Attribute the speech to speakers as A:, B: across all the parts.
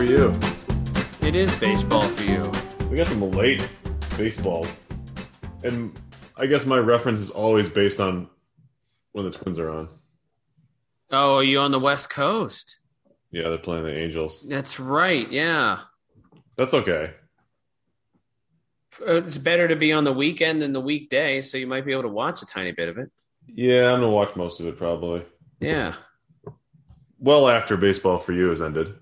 A: you.
B: It is baseball for you.
A: We got some late baseball. And I guess my reference is always based on when the Twins are on.
B: Oh, are you on the West Coast?
A: Yeah, they're playing the Angels.
B: That's right. Yeah.
A: That's okay.
B: Uh, It's better to be on the weekend than the weekday, so you might be able to watch a tiny bit of it.
A: Yeah, I'm going to watch most of it probably.
B: Yeah.
A: Well, after baseball for you has ended.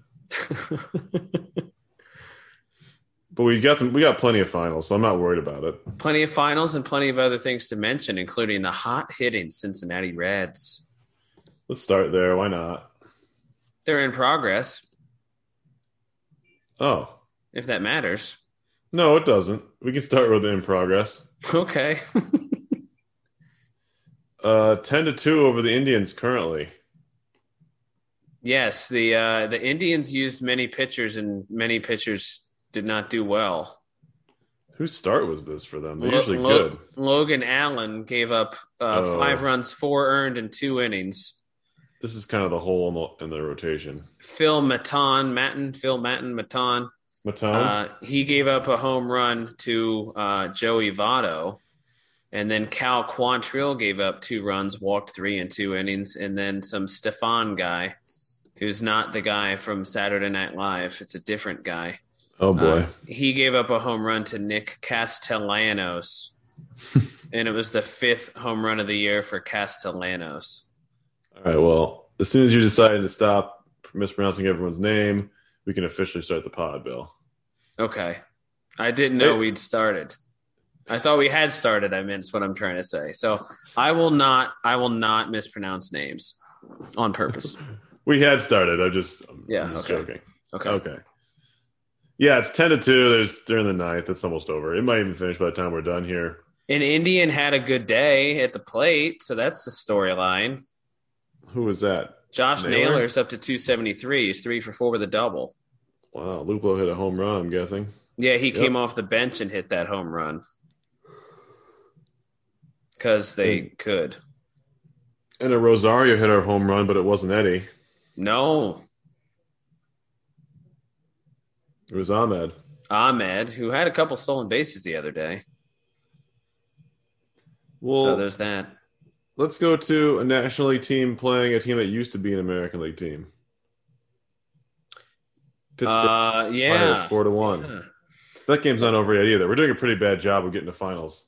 A: But we got some we got plenty of finals, so I'm not worried about it.
B: plenty of finals and plenty of other things to mention, including the hot hitting Cincinnati Reds.
A: Let's start there. Why not?
B: They're in progress,
A: Oh.
B: if that matters.
A: No, it doesn't. We can start with the in progress.
B: Okay.
A: Uh, ten to two over the Indians currently.
B: yes, the uh, the Indians used many pitchers, and many pitchers did not do well.
A: Whose start was this for them? They're
B: Lo-
A: usually
B: Lo-
A: good.
B: Logan Allen gave up uh,
A: Oh.
B: five runs, four earned, and two innings.
A: This is kind of the hole in the, in the rotation.
B: Phil Maton, Maton, Phil Maton, Maton.
A: Matone.
B: Uh, he gave up a home run to uh, Joey Votto, and then Cal Quantrill gave up two runs, walked three in two innings, and then some Stefan guy, who's not the guy from Saturday Night Live. It's a different guy.
A: oh boy.
B: Uh, he gave up a home run to Nick Castellanos, and it was the fifth home run of the year for Castellanos.
A: All right. Well, as soon as you decided to stop mispronouncing everyone's name, we can officially start the pod, Bill.
B: Okay, I didn't know
A: Wait.
B: we'd started. I thought we had started. I mean, it's what I'm trying to say. So I will not. I will not mispronounce names on purpose.
A: We had started. I just I'm
B: Yeah,
A: just
B: okay.
A: joking.
B: Okay.
A: Okay. Yeah, it's ten to two. There's during the ninth. It's almost over. It might even finish by the time we're done here.
B: An Indian had a good day at the plate, so that's the storyline.
A: Who was that?
B: Josh
A: Naylor?
B: Naylor's up to 273. He's three for four with a double.
A: Wow, Luplo hit a home run. I'm guessing.
B: Yeah, he
A: Yep.
B: came off the bench and hit that home run because they
A: Hmm.
B: could.
A: And a Rosario hit a home run, but it wasn't Eddie.
B: No,
A: It was Ahmed.
B: Ahmed, who had a couple stolen bases the other day.
A: Well,
B: so there's that.
A: let's go to a National League team playing a team that used to be an American League team. Pittsburgh
B: Uh,
A: Pirates,
B: yeah.
A: four to one. That game's not over yet either. We're doing a pretty bad job of getting to finals.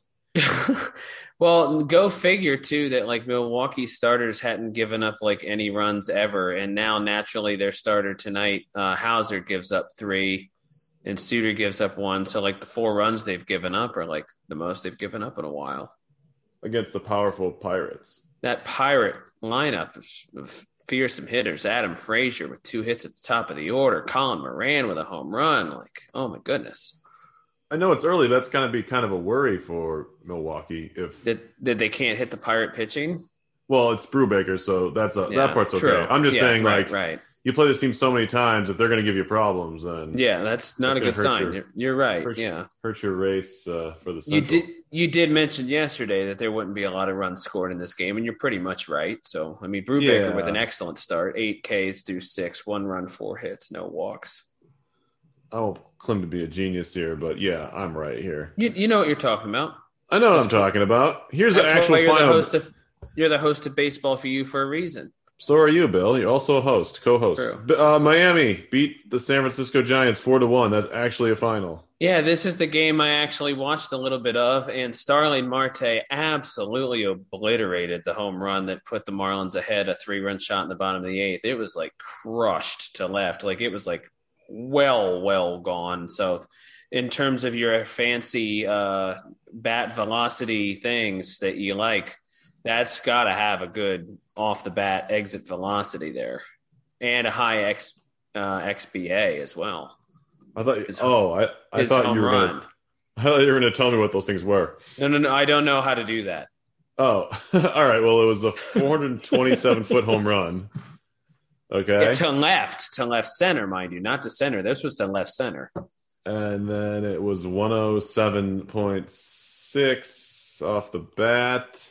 B: well, go figure too that like Milwaukee starters hadn't given up like any runs ever, and now naturally their starter tonight, uh, Hauser gives up three, and Suter gives up one. So like the four runs they've given up are like the most they've given up in a while.
A: against the powerful Pirates.
B: That pirate lineup of, of fearsome hitters: Adam Frazier with two hits at the top of the order, Colin Moran with a home run. Like, oh my goodness,
A: I know it's early. That's going to be kind of a worry for Milwaukee. If
B: that that they can't hit the pirate pitching.
A: well, it's Brubaker, so that's a,
B: Yeah,
A: that part's okay.
B: true.
A: I'm just
B: Yeah,
A: saying,
B: right,
A: like
B: right.
A: you play this team so many times, if they're going to give you problems, then
B: Yeah, that's not
A: That's
B: a
A: gonna
B: good
A: hurt
B: sign.
A: your-
B: you're, you're right.
A: hurt your-
B: yeah,
A: hurt your race uh, for the
B: you
A: Central.
B: did. You did mention yesterday that there wouldn't be a lot of runs scored in this game, and you're pretty much right. So, I mean, Brubaker
A: Yeah.
B: with an excellent start, eight Ks through six, one run, four hits, no walks.
A: I won't claim to be a genius here, but yeah, I'm right here.
B: You, you know what you're talking about.
A: I know what
B: That's
A: I'm talking about. Here's
B: That's
A: an actual
B: why you're the
A: final.
B: host of you're the host of baseball for you for a reason.
A: So are you, Bill? You're also a host, co-host. B- Uh, Miami beat the San Francisco Giants four to one. That's actually a final.
B: Yeah, this is the game I actually watched a little bit of, and Starling Marte absolutely obliterated the home run that put the Marlins ahead, a three run shot in the bottom of the eighth. It was like crushed to left. Like it was like well, well gone. So, in terms of your fancy uh, bat velocity things that you like, that's got to have a good off the bat exit velocity there and a high X, uh, XBA as well.
A: I thought.
B: His-
A: oh, I, I
B: His
A: thought
B: home
A: you were.
B: run.
A: Gonna, I thought you were going to tell me what those things were.
B: No, no, no. I don't know how to do that.
A: Oh, all right. Well, it was a 427 foot home run. Okay,
B: Yeah, to left, to left center, mind you, not to center. This was to left center.
A: and then it was 107.6 off the bat,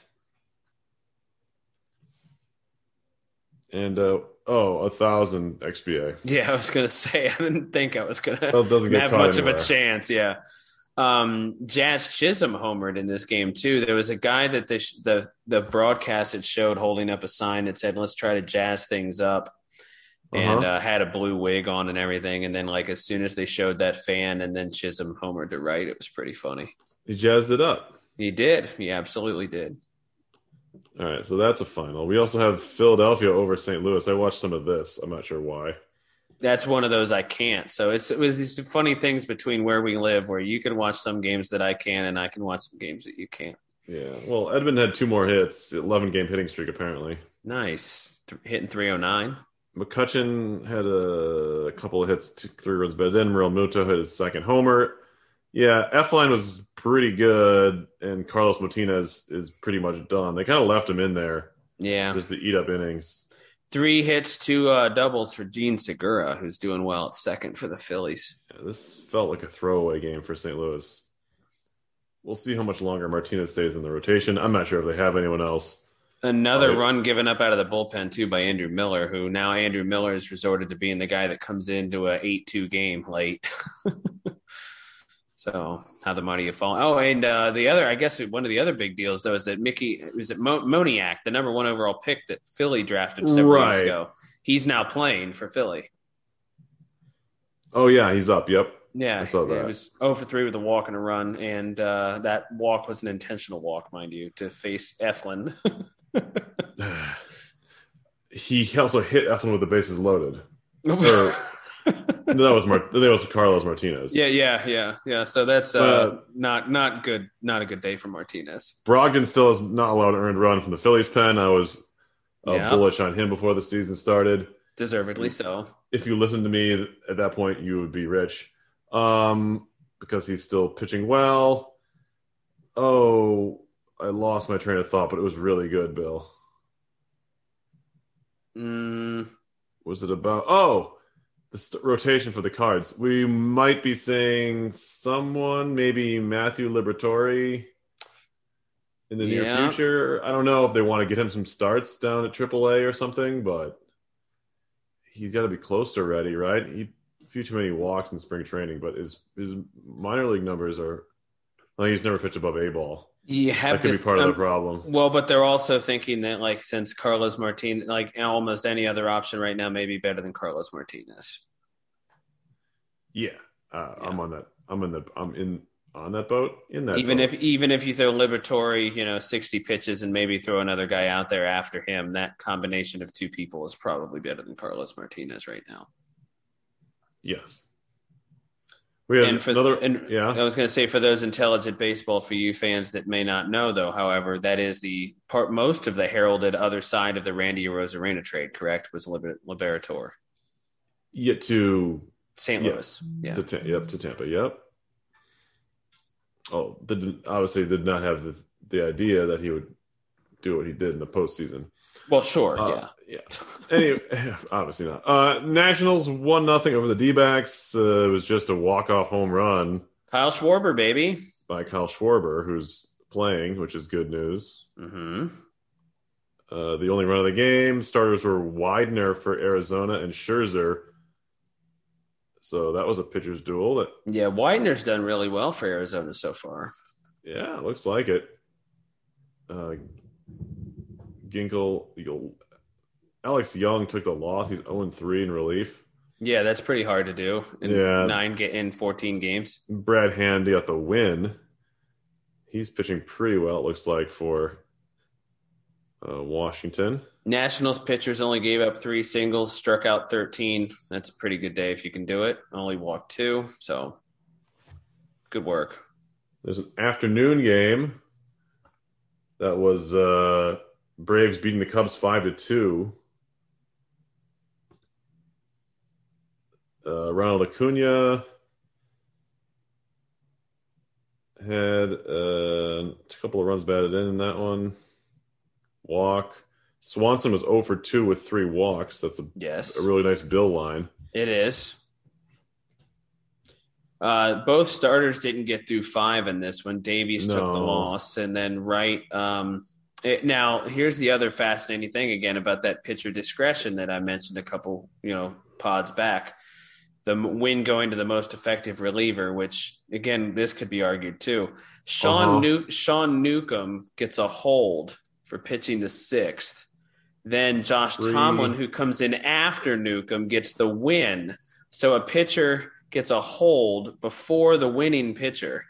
A: and uh, Oh, a thousand XBA.
B: Yeah, I was gonna say I didn't think I was gonna
A: That doesn't get
B: have
A: caught
B: much
A: anywhere.
B: of a chance. Yeah. Um, Jazz Chisholm homered in this game too. There was a guy that the the the broadcast had showed holding up a sign that said "Let's try to jazz things up,"
A: Uh-huh.
B: and uh had a blue wig on and everything. And then like as soon as they showed that fan, and then Chisholm homered to right, it was pretty funny.
A: He jazzed it up.
B: He did. He absolutely did.
A: All right, so that's a final. We also have Philadelphia over St. Louis. I watched some of this. I'm not sure why.
B: that's one of those I can't. So it's it was these funny things between where we live, where you can watch some games that I can, and I can watch some games that you can't.
A: Yeah. Well, Edmund had two more hits, 11 game hitting streak apparently.
B: Nice, Th- hitting three oh nine.
A: McCutcheon had a, a couple of hits, two, three runs, but then Real Muto hit his second homer. Yeah, Efline was pretty good, and Carlos Martinez is pretty much done. They kind of left him in there
B: Yeah,
A: just to eat up innings.
B: three hits, two uh, doubles for Gene Segura, who's doing well at second for the Phillies.
A: Yeah, this felt like a throwaway game for St. Louis. We'll see how much longer Martinez stays in the rotation. I'm not sure if they have anyone else.
B: Another
A: Right.
B: run given up out of the bullpen too by Andrew Miller, who now Andrew Miller has resorted to being the guy that comes into a eight two game late. so how the money you fall. Oh, and uh, the other, I guess one of the other big deals though is that Mickey was it Mo- Moniak, the number one overall pick that Philly drafted several years
A: Right.
B: ago. He's now playing for Philly.
A: Oh, yeah, he's up. Yep.
B: Yeah,
A: I saw
B: It
A: that.
B: was 0 for 3 with a walk and a run, and uh, that walk was an intentional walk, mind you, to face Eflin.
A: he also hit Eflin with the bases loaded. No, that was Mar- that was Carlos Martinez.
B: Yeah, yeah, yeah, yeah. So that's uh,
A: Uh,
B: not not good. Not a good day for Martinez.
A: Brogdon still is not allowed an earned run from the Phillies pen. I was uh,
B: Yeah.
A: bullish on him before the season started. Mm.
B: Deservedly so.
A: If you listened to me at that point, you would be rich um, because he's still pitching well. Oh, I lost my train of thought, but it was really good, Bill.
B: Mm,
A: Was it about? Oh, the st- rotation for the cards. We might be saying someone, maybe Matthew Liberatore. In the
B: Yeah.
A: near future, I don't know if they want to get him some starts down at AAA or something, but he's got to be close to ready, right? He a few too many walks in spring training, but his his minor league numbers are. I think he's never pitched above A ball.
B: you have
A: That could
B: to
A: be part of the
B: um,
A: problem.
B: Well, but they're also thinking that like since Carlos Martinez, like almost any other option right now, may be better than Carlos Martinez.
A: Yeah, uh, I'm
B: Yeah.
A: on that. I'm in the. I'm in on that boat. In that.
B: Even
A: boat.
B: if even if you throw Liberatory, you know, sixty pitches and maybe throw another guy out there after him, that combination of two people is probably better than Carlos Martinez right now.
A: Yes. We have
B: and for
A: another.
B: and
A: yeah.
B: I was going to say for those intelligent baseball for you fans that may not know though, however, that is the part most of the heralded other side of the Randy Rosarena trade. Correct was Liber- Liberator,
A: Yet to
B: St.
A: Yeah.
B: Louis. Yeah,
A: to Ta- yep to Tampa. Yep. Oh, did obviously did not have the the idea that he would do what he did in the postseason.
B: well, sure,
A: Uh, yeah.
B: yeah.
A: Anyway, obviously not. Uh, Nationals one nothing over the D backs. Uh, it was just a walk off home run
B: Kyle Schwarber, baby.
A: by Kyle Schwarber, who's playing, which is good news.
B: hmm
A: Uh, the only run of the game. Starters were Widener for Arizona and Scherzer. So that was a pitcher's duel. That
B: Yeah, Widener's done really well for Arizona so far.
A: yeah, looks like it. Uh, Ginkle, Eagle- Alex Young took the loss. He's 0 3 in relief.
B: Yeah, that's pretty hard to do in
A: Yeah.
B: nine get in fourteen games.
A: Brad Hand got the win. He's pitching pretty well. It looks like for uh, Washington.
B: Nationals pitchers only gave up three singles, struck out 13. That's a pretty good day if you can do it. Only walked two. So good work.
A: There's an afternoon game that was uh, Braves beating the Cubs five to two. Uh, Ronald Acuna had uh, a couple of runs batted in in that one. Walk. Swanson was 0 for 2 with three walks. That's a,
B: Yes,
A: a really nice bill line.
B: it is. Uh, both starters didn't get through five in this one. Davies took the
A: No.
B: loss, and then Wright um, It, now, here's the other fascinating thing again about that pitcher discretion that I mentioned a couple, you know, pods back. The win going to the most effective reliever, which again, this could be argued too. Sean
A: Uh-huh.
B: Nu- Sean Newcomb gets a hold for pitching the sixth. Then Josh
A: Three.
B: Tomlin, who comes in after Newcomb, gets the win. So a pitcher gets a hold before the winning pitcher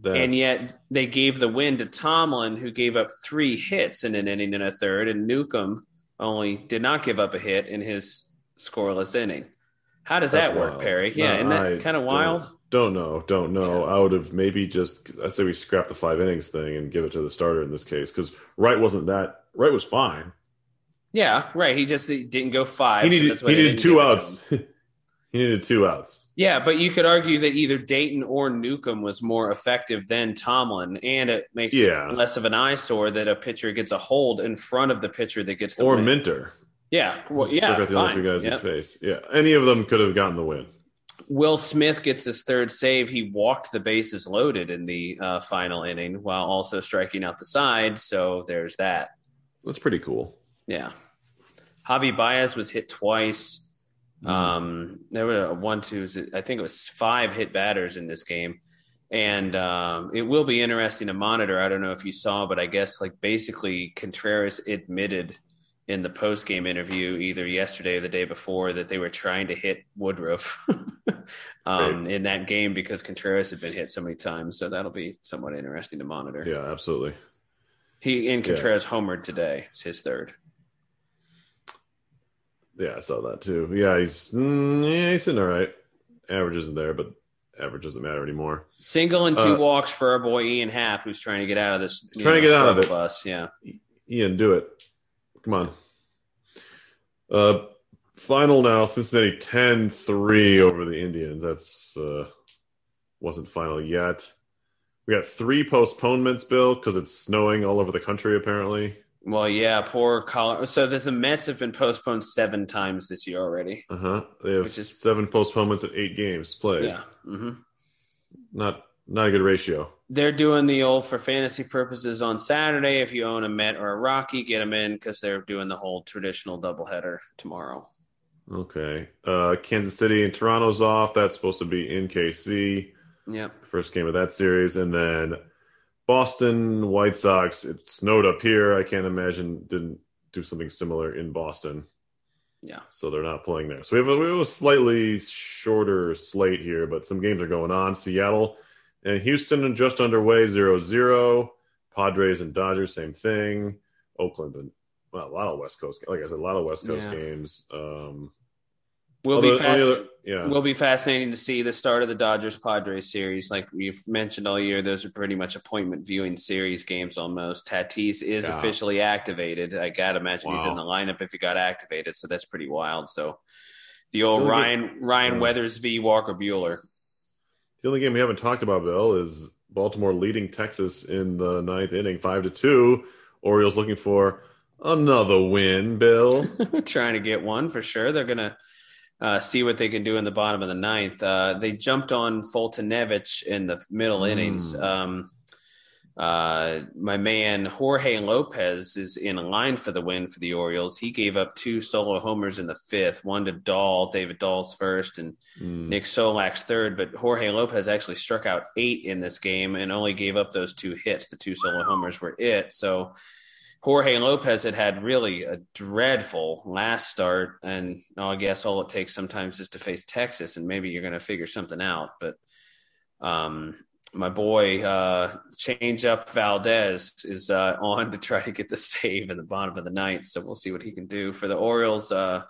A: That's,
B: and yet they gave the win to Tomlin, who gave up three hits in an inning and a third, and Newcomb only did not give up a hit in his scoreless inning. How does
A: That's
B: that work,
A: wild.
B: Perry? Yeah,
A: No,
B: isn't that
A: I
B: kind
A: don't-
B: of wild?
A: Don't know, don't know. I would have maybe just I say we scrap the five innings thing and give it to the starter in this case because Wright wasn't that Wright was fine.
B: Yeah, right. He just he didn't go five.
A: He
B: so
A: needed
B: that's why
A: he
B: they
A: needed
B: didn't give
A: two
B: it to
A: outs.
B: him.
A: he needed two outs.
B: Yeah, but you could argue that either Dayton or Newcomb was more effective than Tomlin, and it makes
A: Yeah.
B: it less of an eyesore that a pitcher gets a hold in front of the pitcher that gets the
A: Or
B: win.
A: Minter.
B: yeah, well, yeah,
A: Still got the other
B: fine.
A: two guys
B: Yep.
A: in face. Yeah, any of them could have gotten the win.
B: Will Smith gets his third save. He walked the bases loaded in the uh, final inning while also striking out the side. So there's that.
A: That's pretty cool.
B: Yeah. Javi Baez was hit twice.
A: Mm-hmm.
B: Um, there were a one, two, I think it was five hit batters in this game. And um, it will be interesting to monitor. I don't know if you saw, but I guess like basically Contreras admitted in the post game interview either yesterday or the day before that they were trying to hit Woodruff um, in that game because Contreras had been hit so many times. So that'll be somewhat interesting to monitor.
A: yeah, absolutely.
B: He and
A: Yeah.
B: Contreras homered today. It's his third.
A: Yeah, I saw that too. Yeah, he's mm, yeah, he's sitting all right. Average isn't there, but average doesn't matter anymore.
B: Single and two
A: Uh,
B: walks for our boy Ian Happ, who's trying to get out of this. you
A: Trying to get out of
B: struggle
A: it.
B: Bus, yeah.
A: Ian, do it. Come on. Uh, final now Cincinnati 10 3 over the Indians. That's uh, wasn't final yet. We got three postponements, Bill, because it's snowing all over the country apparently.
B: Well, yeah. Poor Colorado. So the, the Mets have been postponed seven times this year already.
A: Uh huh. They have
B: Which is-
A: seven postponements and eight games played.
B: Yeah. hmm
A: Not not a good ratio.
B: They're doing the old for fantasy purposes on Saturday. If you own a Met or a Rocky, get them in because they're doing the whole traditional doubleheader tomorrow.
A: Okay. Uh, Kansas City and Toronto's off. That's supposed to be in KC.
B: Yep.
A: first game of that series, and then Boston White Sox. It snowed up here. I can't imagine didn't do something similar in Boston.
B: Yeah.
A: So they're not playing there. So we have a, we have a slightly shorter slate here, but some games are going on. Seattle and Houston are just underway 0-0. Padres and Dodgers, same thing. Oakland and well, a lot of West Coast. Like I said, a lot of West Coast
B: Yeah.
A: games. Um,
B: We'll
A: although-
B: be fast.
A: although- yeah.
B: will be fascinating to see the start of the Dodgers Padres series. Like we've mentioned all year, those are pretty much appointment viewing series games almost. Tatis is
A: Yeah.
B: officially activated. I got to imagine he's
A: Wow.
B: in the lineup if he got activated. So that's pretty wild. So the old
A: Really good-
B: Ryan Ryan
A: Yeah.
B: Weathers v Walker Bueller.
A: The only game we haven't talked about, Bill, is Baltimore leading Texas in the ninth inning, five to two. Orioles looking for another win, Bill.
B: trying to get one for sure. They're going to uh, see what they can do in the bottom of the ninth. Uh, they jumped on Fultonevich in the middle
A: Mm.
B: innings. Um, uh, my man Jorge Lopez is in line for the win for the Orioles. He gave up two solo homers in the fifth, one to Dahl, David Dahl's first, and
A: Mm.
B: Nick Solak's third. But Jorge Lopez actually struck out eight in this game and only gave up those two hits. The two solo homers were it. So Jorge Lopez had had really a dreadful last start, and I guess all it takes sometimes is to face Texas, and maybe you're going to figure something out. But um, my boy, uh, change up Valdez is uh, on to try to get the save in the bottom of the ninth. So we'll see what he can do for the Orioles. Uh,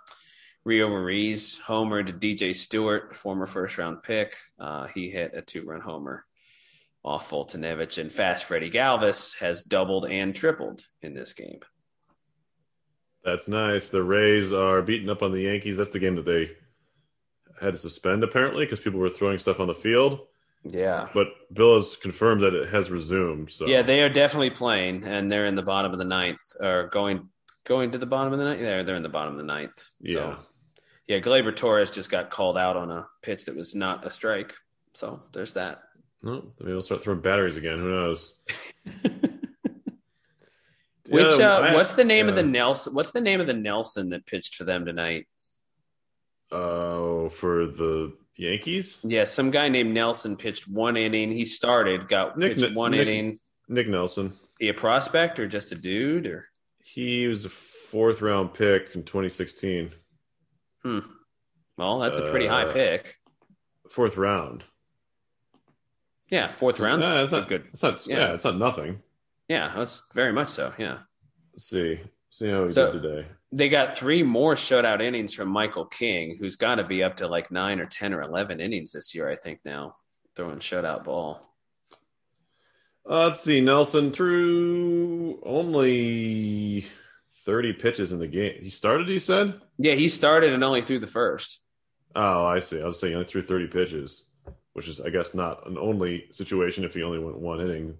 B: Rio Ruiz homer to DJ Stewart, former first round pick. Uh, he hit a two run homer off Fultonevich, and fast Freddie Galvis has doubled and tripled in this game.
A: That's nice. The Rays are beating up on the Yankees. That's the game that they had to suspend, apparently, because people were throwing stuff on the field.
B: Yeah.
A: But Bill has confirmed that it has resumed. So
B: Yeah, they are definitely playing, and they're in the bottom of the ninth, or going going to the bottom of the ninth. They're they're in the bottom of the ninth.
A: yeah.
B: So, yeah, Glaber Torres just got called out on a pitch that was not a strike. So there's that.
A: No, maybe they'll start throwing batteries again. Who knows?
B: Which
A: Yeah,
B: uh,
A: I-
B: what's the name of the
A: yeah.
B: Nelson? What's the name of the Nelson that pitched for them tonight?
A: Oh, for the Yankees,
B: Yeah, some guy named Nelson pitched one inning. He started, got
A: Nick-
B: pitched one
A: Nick-
B: inning.
A: Nick Nelson.
B: He a prospect or just a dude or
A: He was a fourth round pick in 2016.
B: hmm. Well, that's a pretty high
A: Uh,
B: pick.
A: Fourth round.
B: Yeah, fourth round.
A: Nah, it's
B: that's
A: not
B: good.
A: It's not. Yeah.
B: Yeah.
A: it's not nothing.
B: Yeah, that's very much so. Yeah.
A: Let's see. See how he
B: So-
A: did today.
B: They got three more shutout innings from Michael King, who's got to be up to like nine or 10 or 11 innings this year, I think, now, throwing shutout ball.
A: Uh, let's see. Nelson threw only 30 pitches in the game. He started. He said.
B: Yeah, he started and only threw the first.
A: Oh, I see. I was saying he only threw 30 pitches, which is, I guess, not an only situation if he only went one inning.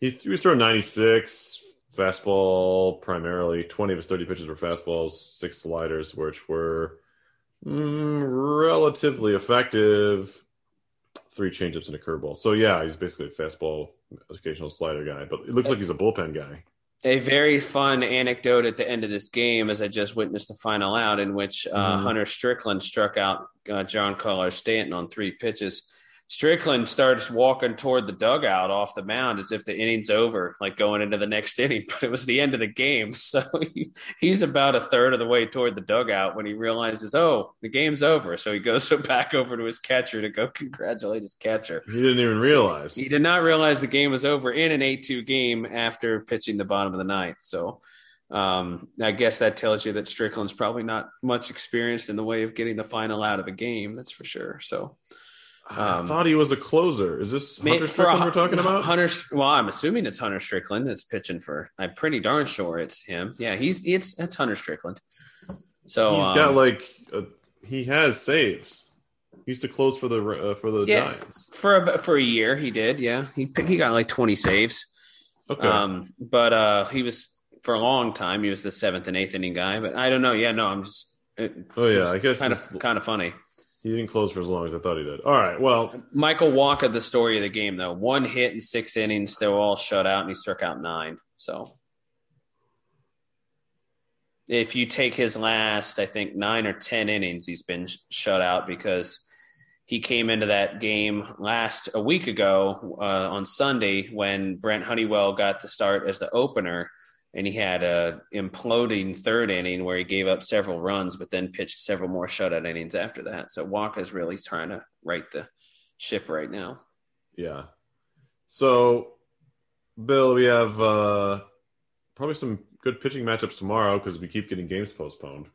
A: He, he was throwing 96 fastball primarily. 20 of his 30 pitches were fastballs, six sliders, which were mm, relatively effective. Three changeups and a curveball. So, yeah, he's basically a fastball, occasional slider guy, but it looks like he's a bullpen guy.
B: A very fun anecdote at the end of this game, as I just witnessed the final out, in which uh,
A: Mhm.
B: Hunter Strickland struck out uh, John Collar Stanton on three pitches. Strickland starts walking toward the dugout off the mound as if the inning's over, like going into the next inning, but it was the end of the game. So he, he's about a third of the way toward the dugout when he realizes, oh, the game's over. So he goes back over to his catcher to go congratulate his catcher.
A: He didn't even realize.
B: He did not realize the game was over in an 8 2 game after pitching the bottom of the ninth. So um, I guess that tells you that Strickland's probably not much experienced in the way of getting the final out of a game, that's for sure. So
A: I
B: um,
A: thought he was a closer. Is this
B: Mate,
A: Hunter
B: for
A: Strickland
B: a-
A: we're talking about?
B: Hunter. Well, I'm assuming it's Hunter Strickland that's pitching for. I'm pretty darn sure it's him. Yeah, he's it's it's Hunter Strickland. So
A: He's
B: um,
A: got like a, he has saves. He used to close for the uh, for the
B: Yeah.
A: Giants.
B: for a, for a year he did. Yeah, he pick- he got like 20 saves.
A: Okay,
B: Um, but uh, he was for a long time. He was the seventh and eighth inning guy. But I don't know. Yeah, no, I'm just. It,
A: Oh, yeah,
B: it's
A: I guess
B: kind
A: it's-
B: of kind of funny.
A: he didn't close for as long as I thought he did. All right, well,
B: Michael Walker, the story of the game though, one hit in six innings. They were all shut out, and he struck out nine. So. If you take his last, I think nine or ten innings, he's been sh- shut out because he came into that game last a week ago uh, on Sunday when Brent Honeywell got the start as the opener, and he had a imploding third inning where he gave up several runs, but then pitched several more shutout innings after that. So Walker's really trying to right the ship right now.
A: yeah. So, Bill, we have uh, probably some good pitching matchups tomorrow because we keep getting games postponed.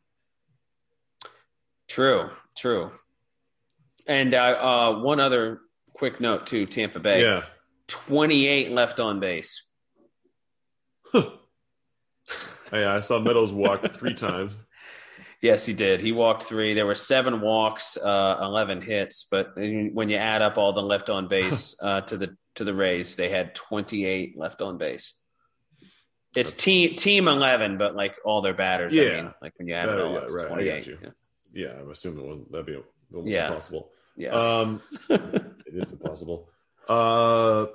B: True, true. And uh, uh, one other quick note too: Tampa Bay,
A: Yeah,
B: twenty-eight left on base.
A: hey, Oh, I saw Meadows walk three times.
B: Yes, he did. He walked three. There were seven walks, uh, eleven hits. But when you add up all the left on base uh, to the to the Rays, they had twenty eight left on base. It's team team eleven, but like all their batters. I
A: Yeah.
B: mean, like when you add it
A: Yeah,
B: all,
A: yeah,
B: up, it's
A: right. I got
B: twenty eight.
A: you. Yeah, I'm assuming it wasn't that'd be almost
B: Yeah.
A: impossible.
B: Yeah,
A: Um, it is impossible. Uh,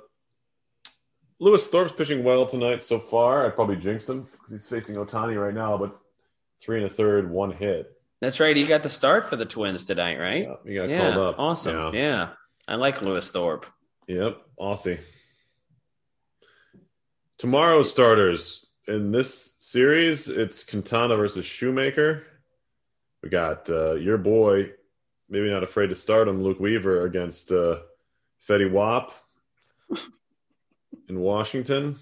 A: Lewis Thorpe's pitching well tonight so far. I probably jinxed him because he's facing Otani right now, but three and a third, one hit.
B: that's right. He got the start for the Twins tonight, right?
A: Yeah, he got
B: Yeah,
A: called up.
B: awesome. Yeah.
A: Yeah.
B: I like Lewis Thorpe.
A: Yep. Aussie. Tomorrow's starters in this series, it's Quintana versus Shoemaker. We got uh, your boy, maybe not afraid to start him, Luke Weaver against uh, Fetty Wap in Washington.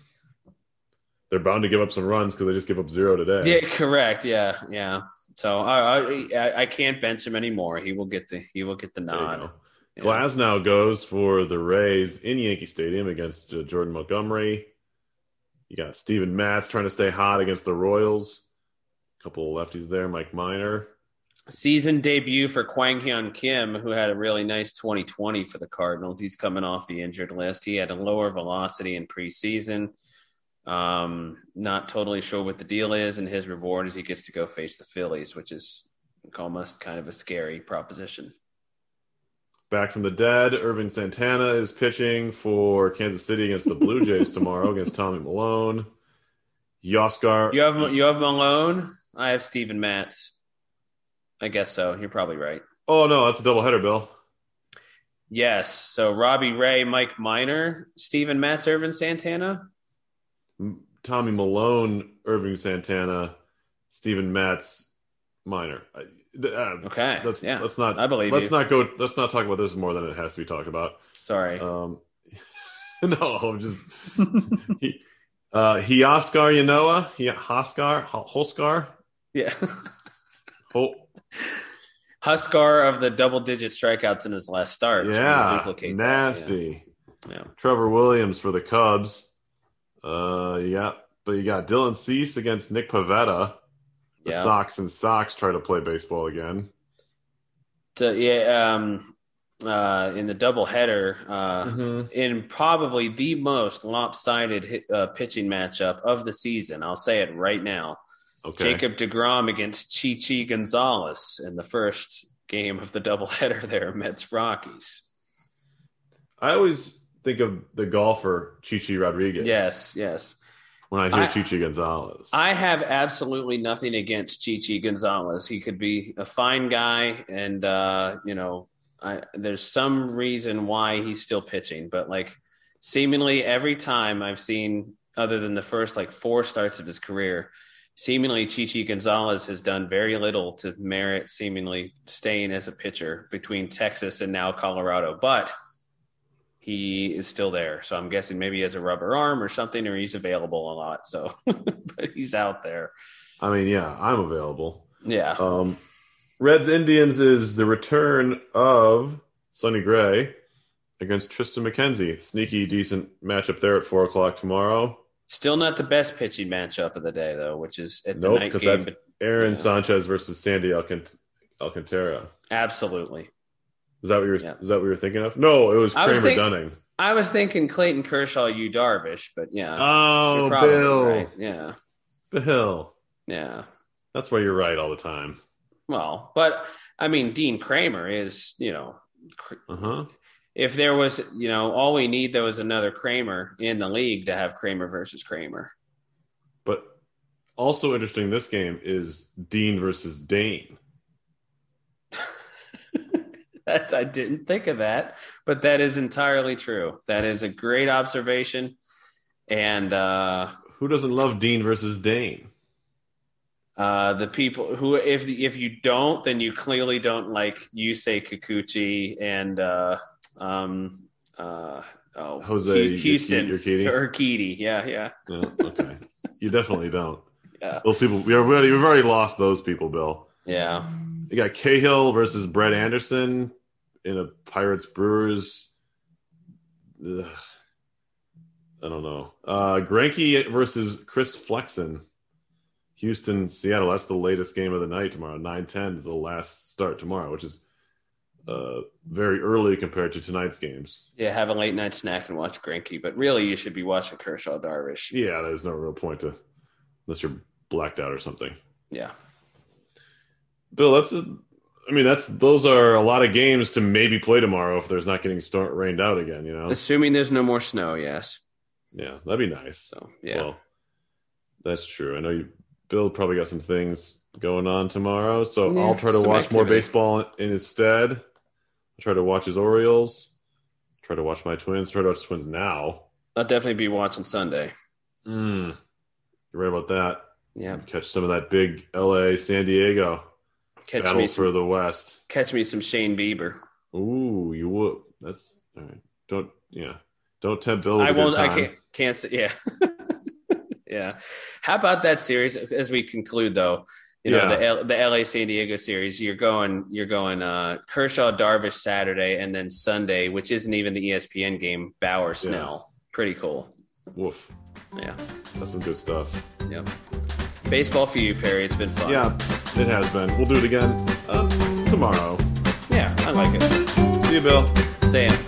A: They're bound to give up some runs because they just give up zero today.
B: Yeah, correct. Yeah, yeah. So I, I- I I can't bench him anymore. He will get the he will get the
A: There you
B: nod.
A: go.
B: Yeah.
A: Glasnow goes for the Rays in Yankee Stadium against uh, Jordan Montgomery. You got Steven Matz trying to stay hot against the Royals. A couple of lefties there, Mike Miner.
B: Season debut for Kwang Hyun Kim, who had a really nice 2020 for the Cardinals. He's coming off the injured list. He had a lower velocity in preseason. Um, not totally sure what the deal is, and his reward is he gets to go face the Phillies, which is almost kind of a scary proposition.
A: Back from the dead, Irving Santana is pitching for Kansas City against the Blue Jays tomorrow against Tommy Malone. Yoskar.
B: You have you have Malone. I have Steven Matz. I guess so. You're probably right.
A: Oh no, that's a doubleheader, Bill.
B: Yes. So Robbie Ray, Mike Miner, Steven Matz, Irvin Santana.
A: Tommy Malone, Irving Santana, Steven Matz, Miner. I, uh,
B: Okay.
A: Let's
B: yeah.
A: let's not.
B: I believe
A: let's
B: you.
A: not go. Let's not talk about this more than it has to be talked about.
B: Sorry.
A: Um, no, I'm just he, uh, Hioskar Yanoa, Hi- Hoskar, Ho- Holskar,
B: yeah.
A: Ho-
B: Huskar of the double digit strikeouts in his last start. Just wanna
A: yeah,
B: Duplicate that.
A: nasty.
B: Yeah. yeah.
A: Trevor Williams for the Cubs. Uh, you got, but you got Dylan Cease against Nick Pavetta. The
B: Yeah.
A: Sox and Sox try to play baseball again.
B: So, yeah. Um, uh, in the double header,
A: Mm-hmm.
B: uh, in probably the most lopsided hit, uh, pitching matchup of the season. I'll say it right now.
A: Okay,
B: Jacob DeGrom against Chichi Gonzalez in the first game of the doubleheader there, Mets Rockies.
A: I always think of the golfer Chichi Rodriguez.
B: Yes, yes.
A: when I hear
B: I-
A: Chichi Gonzalez.
B: I have absolutely nothing against Chichi Gonzalez. He could be a fine guy, and uh, you know, I, there's some reason why he's still pitching. But like, seemingly every time I've seen, other than the first like four starts of his career, seemingly Chichi Gonzalez has done very little to merit seemingly staying as a pitcher between Texas and now Colorado. But he is still there. So I'm guessing maybe he has a rubber arm or something, or he's available a lot. So, but he's out there.
A: I mean, yeah, I'm available.
B: Yeah.
A: Um, Reds Indians is the return of Sonny Gray against Tristan McKenzie. Sneaky, decent matchup there at four o'clock tomorrow.
B: Still not the best pitching matchup of the day, though, which is at the
A: Nope,
B: night
A: 'cause
B: game.
A: that's-
B: but
A: Aaron
B: Yeah.
A: Sanchez versus Sandy Alcant- Alcantara.
B: absolutely.
A: Is that what you were?
B: Yeah.
A: Is that what you were thinking of? No, it was
B: I
A: Kramer
B: was think-
A: Dunning.
B: I was thinking Clayton Kershaw, you Darvish, but yeah.
A: Oh,
B: you're probably right. Yeah.
A: Bill,
B: Yeah.
A: that's why you're right all the time.
B: Well, but I mean, Dean Kramer is, you know, cr-
A: Uh huh.
B: if there was, you know, all we need, there was another Kramer in the league to have Kramer versus Kramer.
A: But also interesting this game is Dean versus Dane.
B: That I didn't think of that, but that is entirely true. That is a great observation, and uh,
A: Who doesn't love Dean versus Dane?
B: uh, the people who, if if you don't, then you clearly don't like Yusei Kikuchi and uh, um, uh, oh,
A: Jose,
B: Ke-
A: you're-
B: Houston
A: you're kidding?
B: or Keaty. Yeah, yeah,
A: Yeah, okay. you definitely don't.
B: Yeah.
A: Those people, we already, we've already lost those people, Bill.
B: yeah.
A: You got Cahill versus Brett Anderson in a Pirates Brewers. Ugh. I don't know. Uh, Granke versus Chris Flexen. Houston, Seattle. That's the latest game of the night tomorrow. 9 10 is the last start tomorrow, which is uh, very early compared to tonight's games.
B: Yeah, have a late night snack and watch Grinky, but really you should be watching Kershaw Darvish.
A: Yeah, there's no real point to, unless you're blacked out or something.
B: Yeah.
A: Bill, that's. A, I mean, that's those are a lot of games to maybe play tomorrow if there's not getting start rained out again. You know.
B: Assuming there's no more snow, yes.
A: Yeah, that'd be nice.
B: So yeah.
A: Well, that's true. I know you, Bill, probably got some things going on tomorrow, so
B: Yeah,
A: I'll try to
B: some
A: watch more
B: activity.
A: baseball in his stead. I'll try to watch his Orioles. Try to watch my Twins. Try to watch Twins now.
B: I'll definitely be watching Sunday.
A: Mm. You're right about that.
B: Yeah,
A: Catch some of that big L.A. San Diego
B: catch
A: battle
B: me,
A: for the West.
B: catch me some Shane Bieber.
A: Ooh, you would. That's all right. Don't yeah. Don't tempt Bill. with
B: I
A: a good
B: won't. I
A: time.
B: can't. Can't. Say, yeah, yeah. How about that series? As we conclude, though, you know the L, the LA San Diego series. You're going. You're going. Uh, Kershaw Darvish Saturday, and then Sunday, which isn't even the E ESPN game. Bauer Snell. Pretty cool.
A: Woof.
B: Yeah.
A: That's some good stuff.
B: Yep. Baseball for you, Perry. It's been fun.
A: Yeah, it has been. We'll do it again uh, tomorrow.
B: Yeah. I like it.
A: See you, Bill.
B: Sam.